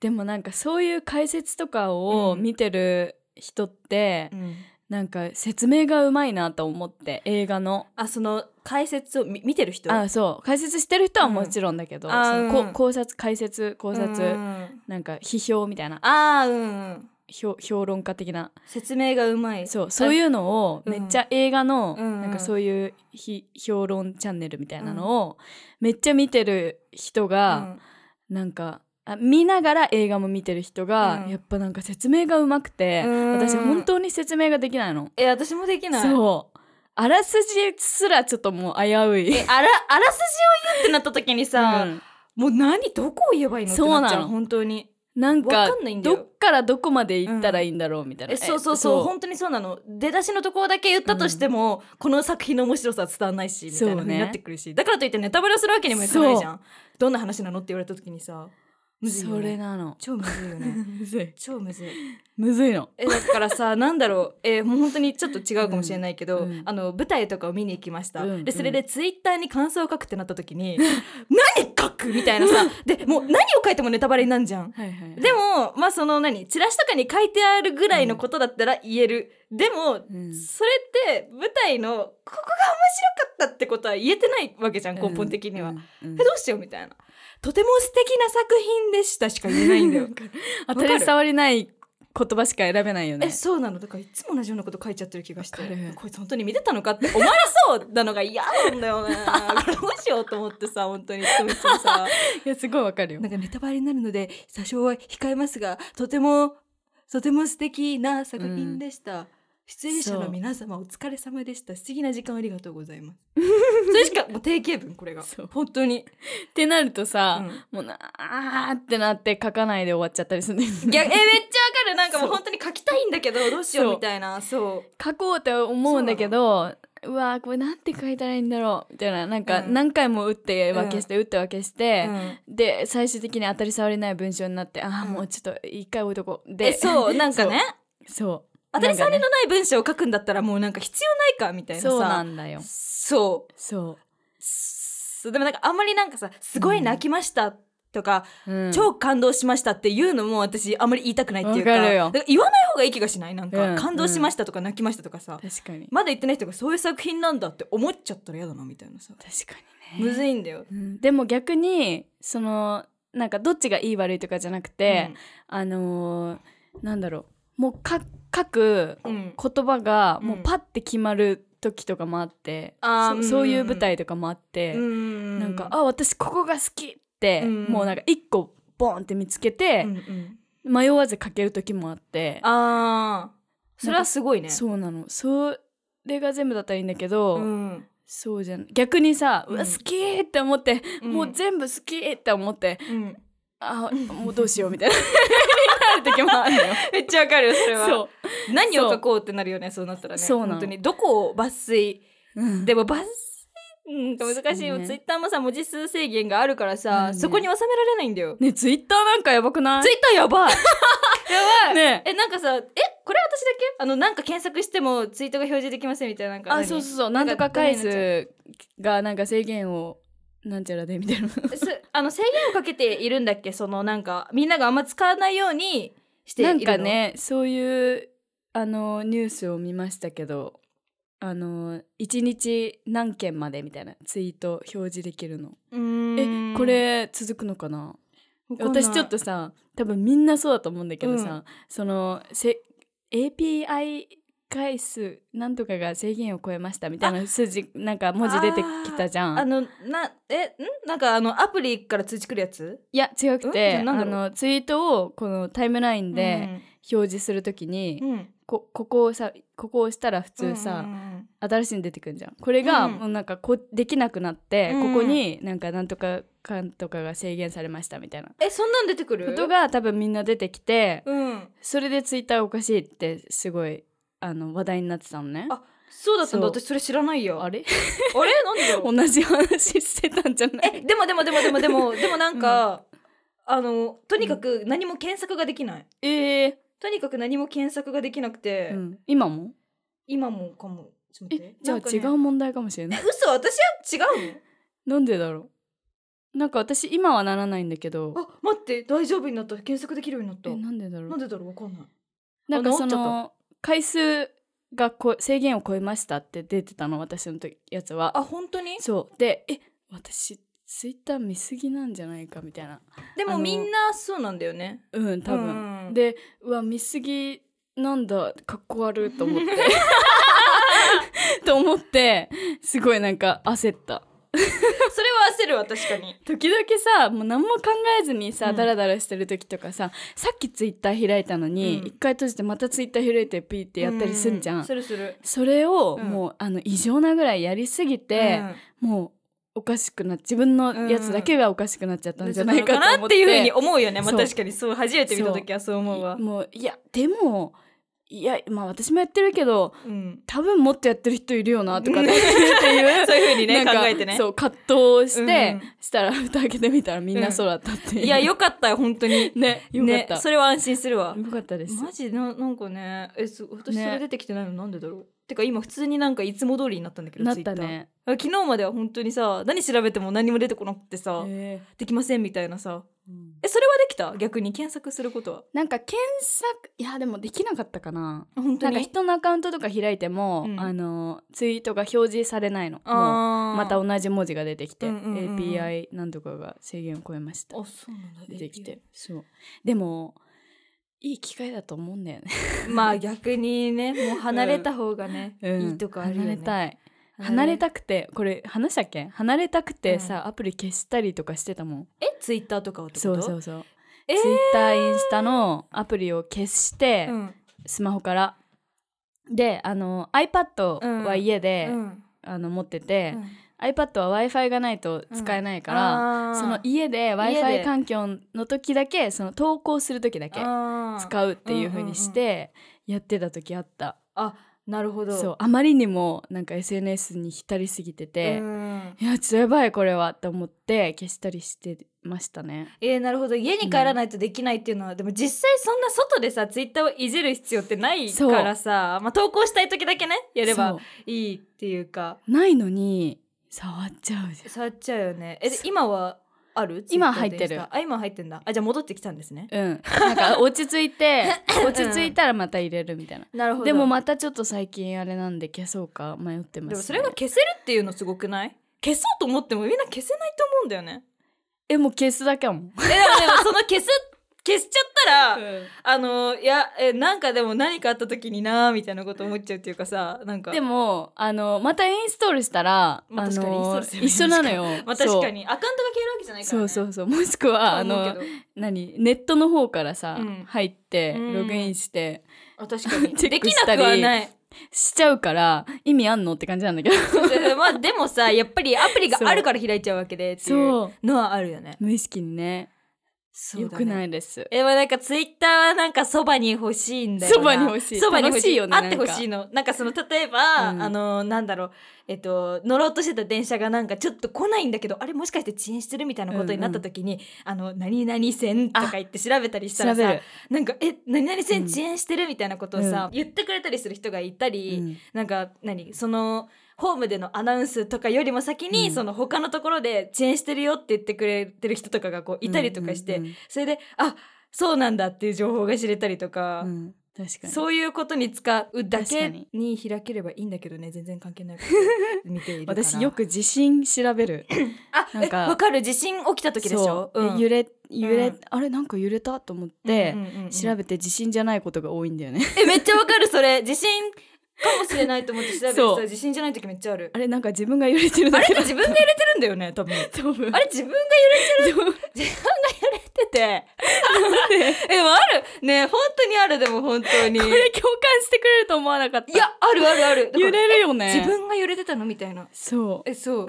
でもなんかそういう解説とかを見てる人って、うんなんか説明がうまいなと思って映画の。あその解説をみ見てる人あそう解説してる人はもちろんだけど、うんあそのこうん考察解説考察、うんなんか批評みたいなあーうんうん評評論家的な説明がうまいそうそういうのをうんめっちゃ映画の、うんうんなんかそういうひ評論チャンネルみたいなのをめっちゃ見てる人が、なんかあ見ながら映画も見てる人が、うんやっぱなんか説明がうまくて、うん私本当に説明ができないの。え私もできないそうあらすじすらちょっともう危うい。えあらあらすじを言うってなった時にさ、うんもう何どこを言えばいいのってそうなのなっちゃう本当になんかわかんないんだどよっからどこまで行ったらいいんだろうみたいな。えそうそうそう本当にそうなの出だしのところだけ言ったとしても、この作品の面白さは伝わんないしみたいなそう風ねになってくるし、だからといってネタバレをするわけにもいかないじゃんどんな話なのって言われた時にさむずいよそれねなの。 超むずい よねむずい。超むずいむずいの。えだか らさなんだろうえもう本当にちょっと違うかもしれないけど、うんうんあの舞台とかを見に行きました、うんでそれでツイッターに感想を書くってなった時 に何書くみたいなさでもう何を書いてもネタバレになるじゃんはいはい。でもまあその何チラシとかに書いてあるぐらいのことだったら言える、でもうんそれって舞台のここが面白かったってことは言えてないわけじゃん根本的には、うんうんえどうしようみたいなとても素敵な作品でしたしか言えないん だよ当たり障りない言葉しか選べないよねえそうなのだからいつも同じようなこと書いちゃってる気がしてわかるこいつ本当に見てたのかって思われそうなのが嫌なんだ よねこれどうしようと思ってさ本当にいつもいつもさいやすごいわかるよ なんかネタバレになるので多少は控えますがとてもとても素敵な作品でした、出演者の皆様お疲れ様でした素敵な時間ありがとうござい ますそれしかもう定型文これがそう本当に、ってなるとうさ、んもうなーってなって書かないで終わっちゃったりするんだよねいやえめっちゃわかるなんかもう本当に書きたいんだけどどうしようみたいなそう書こうって思うんだけどうわーこれなんて書いたらいいんだろうみたいななんかうん何回も打って分けして、打って分けして、うんで最終的に当たり障りない文章になってああ、うんもうちょっと一回置いとこうえで そうなんかねそう当たり障りのない文章を書くんだったらもうなんか必要ないかみたいなさそうなんだよそうそそうでもなんかあんまりなんかさ「すごい泣きました」とか、う、うん超感動しましたっていうのも私あんまり言いたくないっていうかわかるよだら言わない方がいい気がしないなんか、うん感動しましたとか泣きましたとかさ、確かにまだ言ってない人がそういう作品なんだって思っちゃったら嫌だなみたいなさ、確かにねむずいんだよ。うんでも逆にそのなんかどっちがいい悪いとかじゃなくて、あのーなんだろうもうか書くうん、うん言葉がうんもうパッて決まる時とかもあって、あーそうんそういう舞台とかもあって、うんなんかあ私ここが好きって、うんもうなんか一個ボンって見つけてう、んうん迷わず書ける時もあってあーそれはすごいね。そうなのそれが全部だったらいいんだけど、うんそうじゃん逆にさ、うわうん好きって思って、うんもう全部好きって思 ってうんあもうどうしようみたいなになる時もあるのよ。 めっちゃわかるよ それはそ 何を書こうってなるよねそうなったらねそうなの本当にどこを抜粋う、うんでもバスうん難しいよ、そうねツイッターもさ文字数制限があるからうさ、んねそこに収められないんだよ、ねツイッターなんかやばくないツイッター やばいやばい、ねえなんかさえこれ私だけあのなんか検索してもツイートが表示できませんみたいななんかあそうそうそうなんとか回数がなんか制限をなんちゃらでみたいなうあの制限をかけているんだっけそのなんかみんながあんま使わないようにしていなるんのかねそういうあのニュースを見ましたけどあの1日何件までみたいなツイート表示できるのうーんえこれ続くのかなわかんない私ちょっとさ多分みんなそうだと思うんだけどさ、うんそのせ API 回数なんとかが制限を超えましたみたいな数字なんか文字出てきたじゃんあのなえんなんかあのアプリから通知くるやついや違くうんじゃてああなんだろうのツイートをこのタイムラインで表示するときに、うん、うんこここをさここを押したら普通さ、うんうんうん新しいの出てくるじゃんこれがうんもうなんかこできなくなって、うんここになんかなんとかかんとかが制限されましたみたいなえそんなん出てくることが多分みんな出てきて、うんそれでツイッターおかしいってすごいあの話題になってたのねあそうだったんだそう私それ知らないよあ あれれなんでだろう同じ話してたんじゃないえでもでもでもでもで もでもなんか、あのとにかく何も検索ができない、ええとにかく何も検索ができなくて、うん、今も今もかもちょっと待っえてじゃあなんか違 ねう問題かもしれない嘘私は違うのなんでだろなんか私今はならないんだけどあ待って大丈夫になった検索できるようになったえなんでだなろんうでだろうわかんないなんかあそ治っちゃの回数がこ制限を超えましたって出てたの私の時やつはあ本当にそうでえ私ツイッター見すぎなんじゃないかみたいなであものみんなそうなんだよねうん多分、うんでうわ見すぎなんだかっこ悪いと 思ってと思ってすごいなんか焦ったそれは焦るわ確かに時々さもう何も考えずにさ、うんダラダラしてる時とかささっきツイッター開いたのにうん一、回閉じてまたツイッター開いてピーってやったりすんじゃん、うするするそれをうんもう、あの異常なぐらいやりすぎて、もうおかしくな自分のやつだけがおかしくなっちゃったうんんじゃないかとな思っってて,、いうふうに思うよね、まあ、そう確かにそう初めて見た時はそう思うわ、もういやでもいやまあ私もやってるけどうん、多分もっとやってる人いるよなとかっていう そういうふうに ねなん考かえてねそう葛藤をして、うんしたら蓋開けてみたらみんなそうだったっていう、いやよかった よ本当にねよかった、ね、それは安心するわよかったですマジななんかねえす私そねれ出てきてないのなんでだろう、てか今普通になんかいつも通りになったんだけどなっ Twitter たね、あ昨日までは本当にさ何調べても何も出てこなくてさ、えできませんみたいなさーうんえそれはできた逆に検索することはなんか検索いやでもできなかったかなあ本当なんにか人のアカウントとか開いても、うんあのツイートが表示されないのもうあーまた同じ文字が出てきて、うんうんうんうん API なんとかが制限を超えましたあそうなんだ出てきてそうでもいい機会だと思うんだよね まあ逆にねもう離れた方がね、うんいいとこあるよ離れねたい離れいたくてこれ話したっけ離れたくてさ、アプリ消したりとかしてたもんえツイッターとかをってことそうそううそう、えーツイッターインスタのアプリを消して、んスマホからであの iPad は家で、うんあの持っててう、ん iPad は w i f i がないと使えないから、あーその家で w i f i 環境の時だけその投稿する時だけあー使うっていう風にしてやってた時あった、あなるほどそうあまりにもなんか SNS に浸りすぎてて、うんいやちょっとやばいこれはと思って消したりしてましたねえー、なるほど家に帰らないとできないっていうのは、でも実際そんな外でさツイッターをいじる必要ってないそうからさ、まあ、投稿したい時だけねやれそばいいっていうかうないのに触っちゃうじゃん触っちゃうよねえでそう今はある今 Twitter 入ってるインスタあ今入ってんだあじゃあ戻ってきたんですねうん、なんか落ち着いて 落ち着いたらまた入れるみたいな、なるほどでもまたちょっと最近あれなんで消そうか迷ってます、ね、でもそれが消せるっていうのすごくない消そうと思ってもみんな消せないと思うんだ よね。えもう消すだけやもん、 えでもでもその消す消しちゃったら、あのいやえなんかでも何かあった時になーみたいなこと思っちゃうっていうかさなんかでもあのまたインストールしたら、まああ確かにインストーのルすればいい一緒なのよ、 まあ確かにアカウントが消えるわけじゃないかそらうね。そううそうそうもしくはああのの何ネットの方からさ、うん入ってうんログインして、あ確かにチェでックきしなたりく はない。しちゃうから意味あんのって感じなん だけどまあでもさやっぱりアプリがあるから開いちゃうわけでっていうそうのはあるよね。無意識にねよくないですえ、まあ、なんかツイッターはなんかそばに欲しいんだよな。そばに欲しいそばに欲しい。楽しいよねあって欲しいの。なんかその、例えば、うんあの、なんだろう、えっと、乗ろうとしてた電車がなんかちょっと来ないんだけど、あれもしかして遅延してるみたいなことになった時に、あの、何々線とか言って調べたりした調らべさる、、なんか、え、何々う線ん遅延してるみたいなことをさ、言ってくれたりする人がいたり、うんなんか何そのホームでのアナウンスとかよりも先に、うんその他のところで遅延してるよって言ってくれてる人とかがこういたりとかして、うんうんうんそれであそうなんだっていう情報が知れたりとか、うん確かにそういうことに使うだ確かけにに開ければいいんだけどね全然関係ないこと 見ているから私よく地震調べるあなんかえわかる地震起きた時でしそょううんえ揺れ揺れ、うんあれなんか揺れたと思って、うんうんうん調べて地震じゃないことが多いんだよね えめっちゃわかるそれ地震かもしれないと思って調べてそうさ地震じゃない時めっちゃあ るあれなんか自分が揺れてるあだれけってだ自分が揺れてるんだ よね多分多分あれ自分がでもってて。 え、でもある。ね、本当にある、でも本当に。いこれ共感してくれると思わなかったや、あるあるある。だから揺れるよね自分が揺れてたのみたいな。そえ、そう。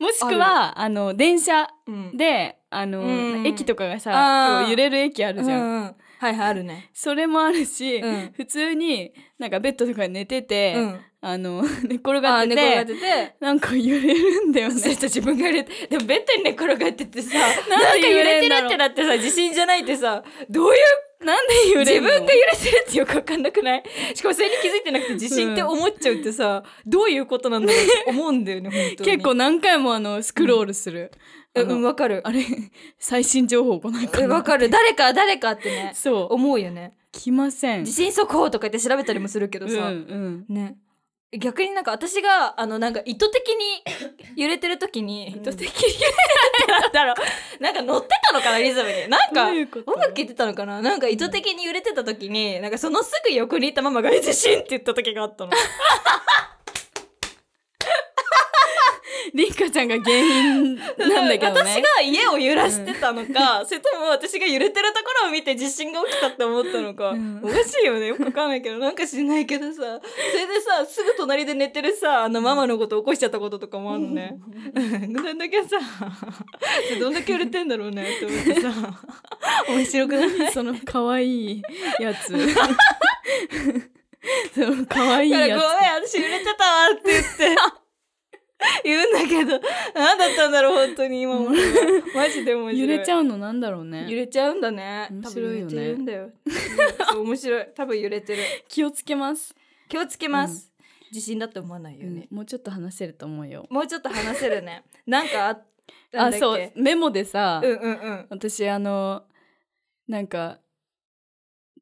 うもしくはあの電車うんであの、うん駅とかがさあーこう揺れる駅あるじゃん、うんうんはいはい、あるね。それもあるし、うん普通になんかベッドとかに寝てて、うん。あの 寝っ転があっー、て寝て転がってて。なんか揺れるんだよねそした自分が揺れて、でも ベッドに寝転がっててさ、なんかなんで揺揺れれててんだるろうってなってさ、地震じゃないってさ、どういうなんで揺れ自るの分が揺れてるってよくわかんなくないしかもそれに気づいてなくて地震って思っちゃうってさ、どういうことなんだろうって思うんだよね本当に結構何回もあのスクロールする、あうのんわかるあれ最新情報来ないかえなわかる誰か誰かってねそう思うよね来ません地震速報とか言って調べたりもするけどうんさ、うんね逆になんか私があのなんか意図的 に揺れてる時にうん意図的に揺れ てるってなんだろうなんか乗ってたのかなリズムになんかどういうこと音楽聴いてたのかななんか意図的に揺れてた時になんかそのすぐ横にいたママが「え地震!」って言った時があったのりんかちゃんが原因 なんだけどね私が家を揺らしてたのか、それとも私が揺れてるところを見て地震が起きたって思ったのか、うんおかしいよねよくわかんないけどなんか知んないけどさそれでさすぐ隣で寝てるさあのママのこと起こしちゃったこととかもあるのね、 どんだけさどんだけ揺れてんだろうねって思ってさ面白くな いその可愛いやつ その可 愛いからごめんや私揺れてたわって 言って言うんだけど何だったんだろう本当に今も マジで面つ白揺いれちゃうのなんだろう揺ねれちゃうんだね面白いよね多分揺れてるんだ よそう面白い多分揺れてる気をつけます、気をつけます、地震だって思わないよね、もうちょっと話せると思うよもうちょっと話せるねなんかあなあんだっけそうメモでさ、うんうんうん私あのなんか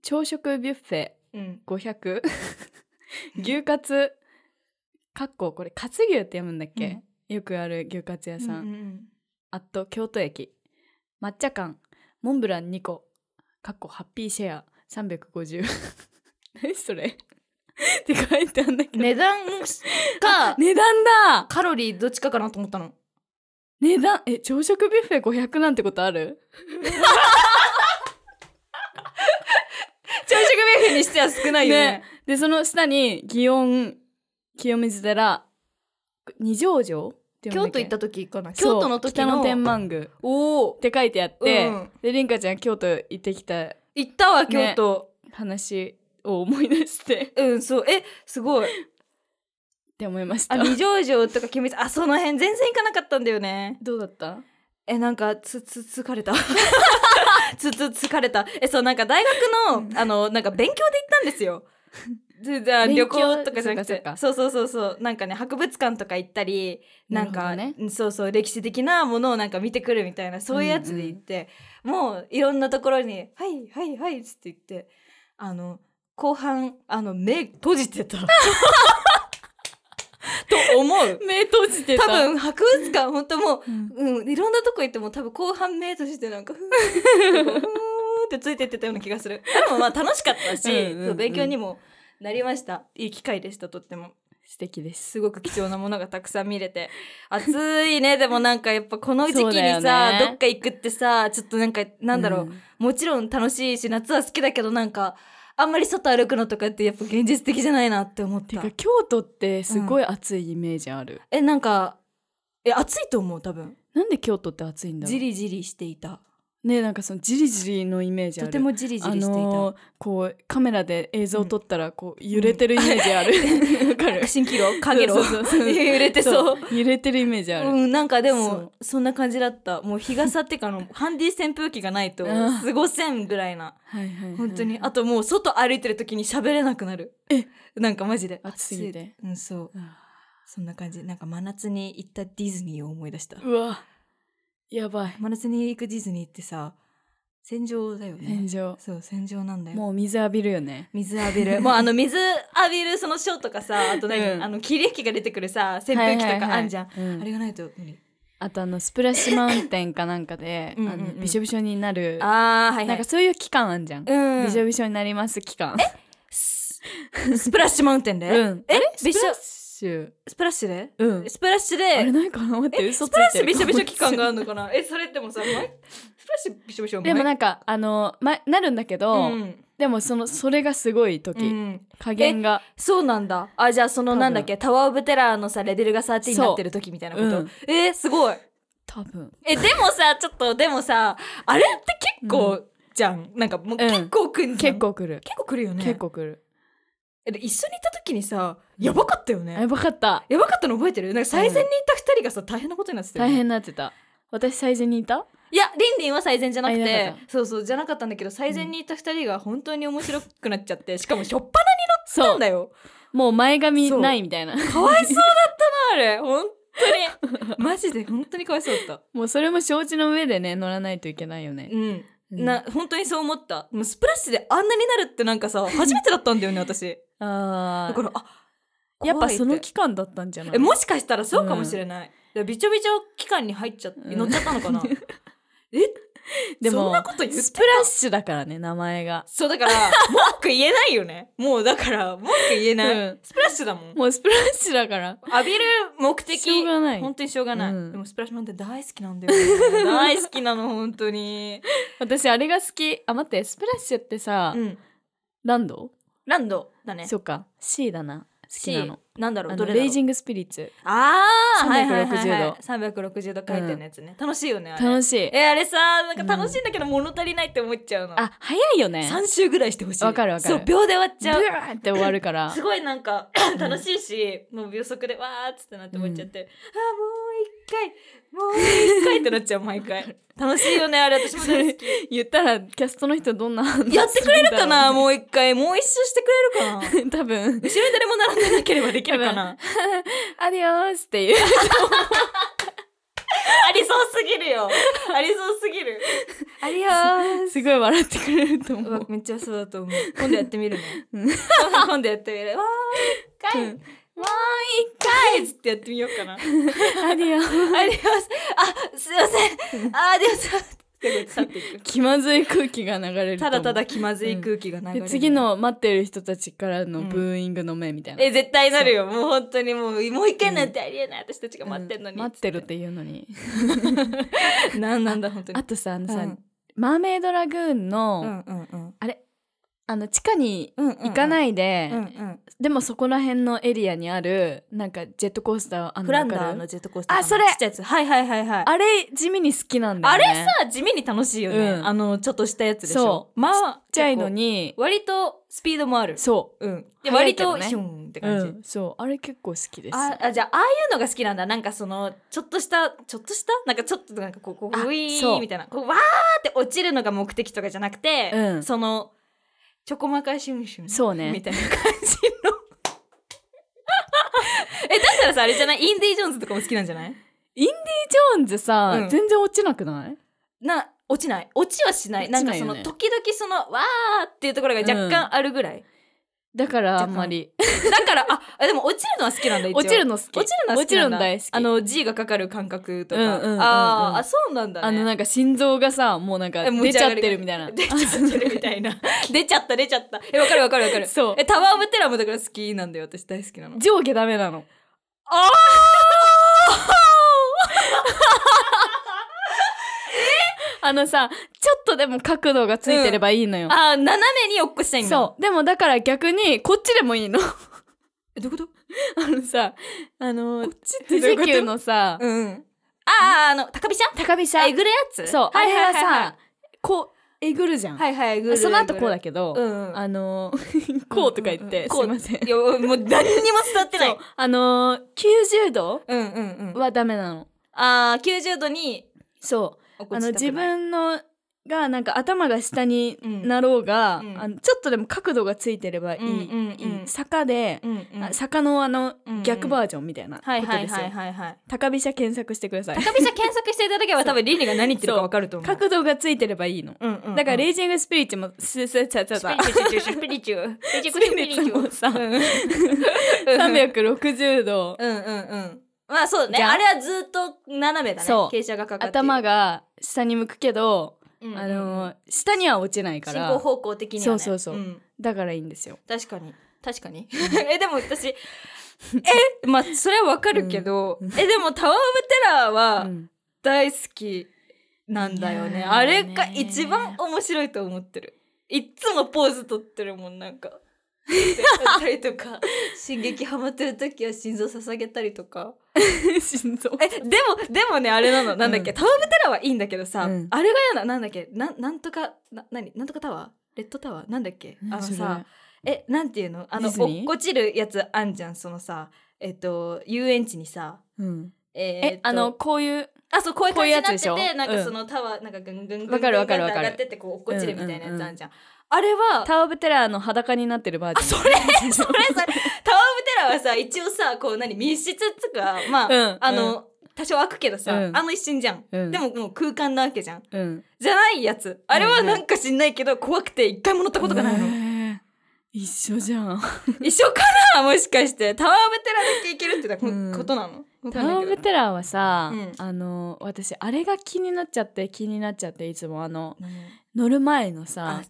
朝食ビュッフェうん500牛カツかっここれカツ牛って読むんだっけ、よくある牛カツ屋さん、うんうんあと京都駅抹茶缶モンブラン2個かっこハッピーシェア350 何それって書いてあんだけど、値段か値段だカロリーどっちかかなと思ったの値段え朝食ビュッフェ500なんてことある朝食ビュッフェにしては少ないよねねでその下に祇園清水寺二条城て読京むんだけ都行った時かなそう京都の時北のの天満宮おっおて書いてあって、うんでりんかちゃん京都行ってきた行ったわね京都、話を思い出して うんそうえすごいって思いましたあ二条城とか清水あその辺全然行かなかったんだよねどうだったえなんかつつ疲れた つつ疲れたえそうなんか大学の、うんあのなんか勉強で行ったんですよでじゃあ勉強旅行とかじゃなくそうてかそうそうそうそうなんかね博物館とか行ったりなんなか、るほどねうんそうそう歴史的なものをなんか見てくるみたいなそういうやつで行って、もういろんなところに「はいはいはい」っつって言ってあの後半あの目閉じ てたと思う目閉じて多た、分博物館本当もううんうん、いろんなとこ行っても多分後半目としてなんかふーんふーんってついてってたような気が するでもまあ楽しかったしうんうんうんそう勉強にもなりましたいい機会でしたとっても素敵ですすごく貴重なものがたくさん見れて暑い ねでもなんかやっぱこの時期そうにだよさ、ねどっか行くってさちょっとなんかなんだろう、もちろん楽しいし夏は好きだけどなんかあんまり外歩くのとかってやっぱ現実的じゃないなって思ってたか京都ってすごい暑いイメージある、えなんかえ暑いと思う多分なんで京都って暑いんだろじうりじりしていたねなんかそのジリジリのイメージあとるてもじりじりしていた、あのーこうカメラで映像撮ったらこう揺れてるイメージある、わかる新キロ影そのうそう そう揺れてそう。揺れてるイメージある、うん、なんかでそもうそんな感じだったもう日傘っていうかあ のハンディ扇風機がないとうん過ごせんぐらいなはいはいはい、本当にあともう外歩いてる時に喋れなくなるえなんかマジで暑すぎて暑いうんそうそんな感じなんか真夏に行ったディズニーを思い出したうわやばい真夏に行くディズニーってさ戦場だよ天ね井そう戦場なんだよもう水浴びるよね水浴びるもうあの水浴びるそのショーとかさあと何、うんあの霧吹きが出てくるさ扇風機とかあんじゃん、はいはいはいうんあれがないと無理あとあのスプラッシュマウンテンかなんかでうんうんうんあのびしょびしょになるあーはいはなんいかそういう期間あんじゃん、うんびしょびしょになります期間ススプラッシュマウンテンで、うんえびびししょょッシュスプラッシュで、うんスプラッシュあれでないかな待って嘘スつプラッいシてュるびしょびしょ期間があるるのかなえそれってもさ毎スプラッシュびしょびしょでもんなんかあの、ま、なるんだけど、うんでもそのそれがすごい時、うん、加減がそうなんだあじゃあその多分なんだっけタワー・オブ・テラーのさレベルが13にそうなってる時みたいなこと、うんえーすごい多分えでもさちょっとでもさあれって結構、うじゃんなんかもううん結構くんじゃ結ん、構来る、結構くるよね結構来るえで一緒に行った時にさやばかったよねやばかったやばかったの覚えてるなんか最前にいた二人がさ大変なことになってたよ大ね変になってた私最初にいたいやリンリンは最善じゃなくあいなてかっそうそうじゃなかったんだけど最善にいた2人が本当に面白くなっちゃってしかもしょっぱなそんだようもう前髪そうないみたいな かわいそうだったなあれ本当に マジで本当にかわいそうだったもうそれも承知の上でね乗らないといけないよねう、んうんな本当にそう思ったもうスプラッシュであんなになるってなんかさ初めてだったんだよね私あだーからあやっぱ怖いてその期間だったんじゃないえもしかしたらそうかもしれない、だからびちょびちょ期間に入っちゃってうん乗っちゃったのか な、でもそんなこと言ってたスプラッシュだからね名前がそうだから文句言えないよねもうだから文句言えない、うんスプラッシュだもんもうスプラッシュだから浴びる目的しょうがない本当にしょうがない、うんでもスプラッシュマウンテン大好きなんだ よ、ね、大好きなの本当に、私あれが好きあ待ってスプラッシュってさ、うん、ランドランドだねそうか C だな好きなの C なんだろあうのどれだろレうイジングスピリッツああ、はいはいはい360は度い、360度回転のやつね、楽しいよねあれ楽しいえあれさなんか楽しいんだけど物足りないって思っちゃうの、あ早いよね3周ぐらいしてほしいわかるわかるそう秒で終わっちゃうブワーって終わる からすごいなんか楽しいし、もう秒速でわーっつってなって思っちゃって、あーもう一回もう一回ってなっちゃう毎回 楽しいよねあれ私もそ大れ好き言ったらキャストの人どんな やってくれるか なももう一回もう一周してくれるかな 後ろう に多分誰も並んでなければできるか なアディオースっていうありそうすぎるよありそうすぎるありよ すごい笑ってくれると思うわうめっちゃそうだと思う今度やってみるねうん 今度やってみるわーう一ん回一回ってやってみようか なありアディオーますあすいませんあり ますってこう去っていく気まずい空気が流れるとた思だうただ気まずい空気が流れでる、次の待ってる人たちからのうんブーイングの目みたいな、え絶対なるよもう本当にもうもう一回なんてありえない私たちが待ってるのに、うん待ってるっていうのに なんなんだ本当にあとさあのさ、うんマーメイドラグーンの、うんうんうんあの地下にうん行かないいで、うんうんでもそこら辺のエリアにあるなんかジェットコースターあのフランダわかーるのジェットコースターあそれちっちゃいやつはいはいはいはいあれ地味に好きなんだあよねれさ地味に楽しいよね、うんあのちょっとしたやつでしょそまあちっちゃいの結に構割とスピードもあるそうんで早い割けどとねヒョンってう、感じ、うんそうあれ結構好きですああじゃあああいうのが好きなんだなんかそのちょっとしたちょっとしたなんかちょっとなんかこうこうあウィそーうンみたいなこうわーって落ちるのが目的とかじゃなくて、うんそのちょこまかシュンシュンそうねみたいな感じ のえだったらさあれじゃないインディ・ジョーンズとかも好きなんじゃないジョーンズさ、うん全然落ちなくないな落ちない落ちはしないなんかその落ちないよね時々そのわーっていうところが若干あるぐらい、だからあ若干んまりだからああでも落ちるのは好きなんだ一応落ちるの好き落ちるのは好きなんだ落ちるの大好きあの G がかかる感覚とか、うんうんうんうんあーあそうなんだねあのなんか心臓がさもうなんかえ持出ちちゃっ上がりてるみたいな 出ちゃってるみた いな出ちゃった出ちゃったえわかるわかるわかるそうえタワー・オブ・テラーもだから好きなんだよ私大好きなの上下ダメなのあ あのさちょっとでも角度がついてればいいのよ、あー斜めに落っこしたいんだそうでもだから逆にこっちでもいいの えどういうことあのさあのち富士急のさうんあーあの高飛車高飛車えぐるやつそうあはいれははいはいさこうえぐるじゃん、はいはいぐあるその後こうだけけど、うんうんあのこうとか言って、うんうんうんすいませんいやもう何にも伝わってなそいうあのー、90度うんうんうんはダメなのあー90度にそう落っこあのちたくない自分のがなんか頭が下にうんなろうが、うんあのちょっとでも角度がついてればいい,、うんうんうんいい坂で、うんうんあ坂のあのうんうん逆バージョンみたいなことはいですよ、はいはいはいはい高飛車検索してください高飛車検索していただければ多分リンリンが何言ってるかわかると思う角度がついてればいいの、うんうんうんだからレイジングスピリッチもススチャチャチャスピリチュースピリチュースピリチュースピリチューもさうん360度うんうんうんまあそうねじゃああれはずっと斜めだねそう傾斜がかかって頭がが下に向くけど、ああのー下には落ちないか進ら行方向的にはねそうそうそうんだからいいんですよ確かに確かに えでも私えまあそれはわかるけどえでもタワーオブテラーうはん 大好きなんだよいねやーあれがね一番面白いと思ってるいっつもポーズ取ってるもんなん かやったりとか進撃ハマってる時は心臓捧げたりとか心臓えでもでもねあれなのなんだっけ、うんタワーオブテラーはいいんだけどさ、うんあれが嫌ななんだっけななんとかな何なんとかタワーレッドタワーなんだっけあのさえなんていうのあのディズニー落っこちるやつあんじゃんそのさえっと遊園地にさうんえーえっとあのこういうあそうこういう感じになってこういうやつでしてょなんうかんそのタワーなんかぐんぐんぐんぐんわかるわかるわかる上がってってこう落っこちるみたいなやつあんじゃん,、あれはタワーオブテラーの裸になってるバージョンあそ れそれそれタワーオブテラーはさ一応さこう何密室っつうかまあ、うんあの、多少開くけどさ、うんあの一瞬じゃん、うんでももう空間なわけじゃんうんじゃないやつあれはなんか知んないけど怖くて一回も乗ったことがないの、ねえ一緒じゃん一緒かなもしかしてタワーオブテラーだけ行けるってこ,、うんことなのわかタんなワいーけオどブテラーはさ、うんあの私あれが気になっちゃって気になっちゃっていつもあの何乗る前のあさ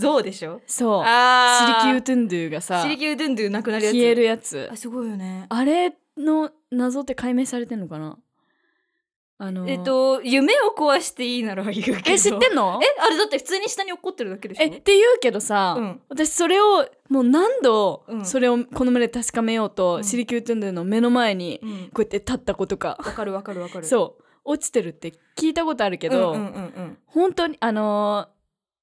象でしょそうシあリーキュートゥンドゥがさシリキュードゥンドゥなくなるやつ消えるやつあすごいよねあれの謎って解明されてんのかなあのえっと夢を壊していいなら言うけどえ知ってんのえあれだって普通に下に落っこってるだけでしょえって言うけどさ、うん私それをもう何度うんそれをこの目で確かめようと、うんシリキュートゥンドゥンの目の前にうんこうやって立ったことか、わかるわかるわかるうそう落ちてるって聞いたことあるけど、んうんうん本当にあのー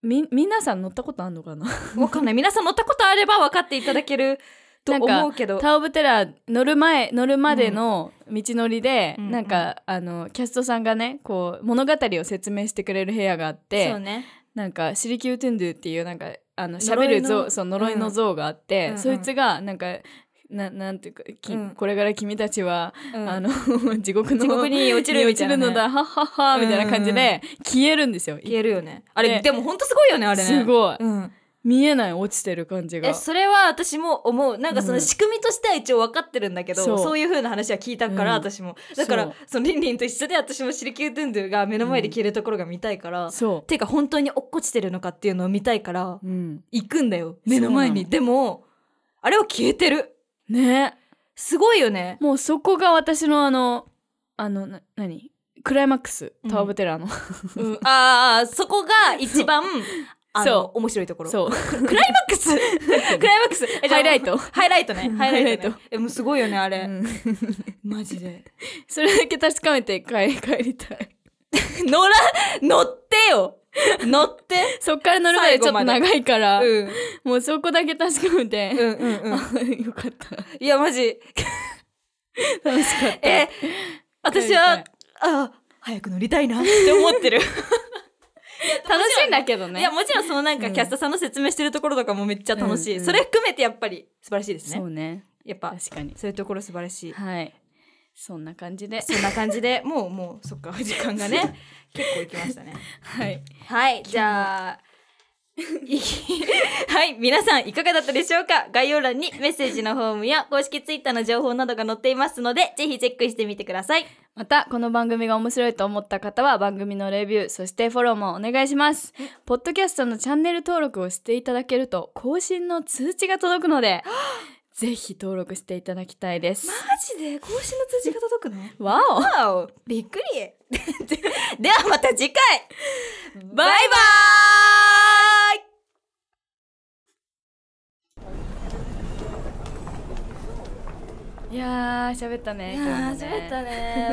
み皆さん乗ったことあんのかなうんわかんない皆さん乗ったことあれば分かっていただけると なんか思うけどタワーオブテラー乗る前乗るまでの道のりで、うんなんかあのキャストさんがねこう物語を説明してくれる部屋があって、そうねなんかシリキュートゥンドゥっていうなんかあの呪喋いるの像そう呪いの像があって、うんうんそいつがなんかななんていうか、きうんこれから君たちは、うんあの 地獄の地獄に落ちるみ落たちいなるねのだはっはっはみたいな感じで消えるんですよ、消えるよねあれねでもほんとすごいよねあれねすごいうん見えない落ちてる感じがえそれは私も思うなんかそうのん仕組みとしては一応分かってるんだけど、そうそういう風な話は聞いたから、うん私もだからそうそのリンリンと一緒で私もシリキュートゥンドゥが目の前で消えるところが見たいから、そてか本当に落っこちてるのかっていうのを見たいからう、うん、行くんだよ目の前にそうなのでもあれは消えてるねすごいよ ねもうそこが私のあのあのな何クライマックスタワーオブテラーの、うん、ああそこが一番あのそ面白いところ そうクライマックス クライマックスえじゃあハイライト ハイライトねハイライハイト,、ね、ラえもうすごいよねあれ、うんマジでそれだけ確かめて帰帰りたい 乗ら乗ってよ 乗ってそっから乗るまでちょっと長いから、 うんもうそこだけ確かめて、うんうんうんあ よかった。いやマジ楽しかっえ私は帰あ早く乗りたいなって思って る楽しいんだけどね。いやもちろんそのなんかうんキャストさんの説明してるところとかもめっちゃ楽しい、うんうんそれ含めてやっぱり素晴らしいですそねうね。やっぱ確かに。そういうところ素晴らしいはい。そんな感じで。そんな感じでもうもうそっか時間が ね結構いきましたねはい。はいじゃあいはい皆さんいかがだったでしょうか概要欄にメッセージのフォームや公式ツイッターの情報などが載っていますのでぜひチェックしてみてくださいまた、この番組が面白いと思った方は番組のレビュー、そしてフォローもお願いします。ポッドキャストのチャンネル登録をしていただけると、更新の通知が届くので、ぜひ登録していただきたいです。マジで更新の通知が届くのわおわおびっくり ではまた次回バイバーイいやー、喋ったね。いやー喋ったね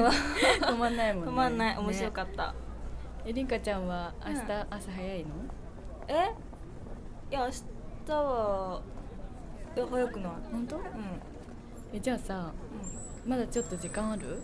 た。止まん ないもんね。止まんない面白っかった、た。え、りんかちゃんは明うん日朝早いのえいや明日はえ早くない本当うんえ、じゃあさ、まだちょっと時間ある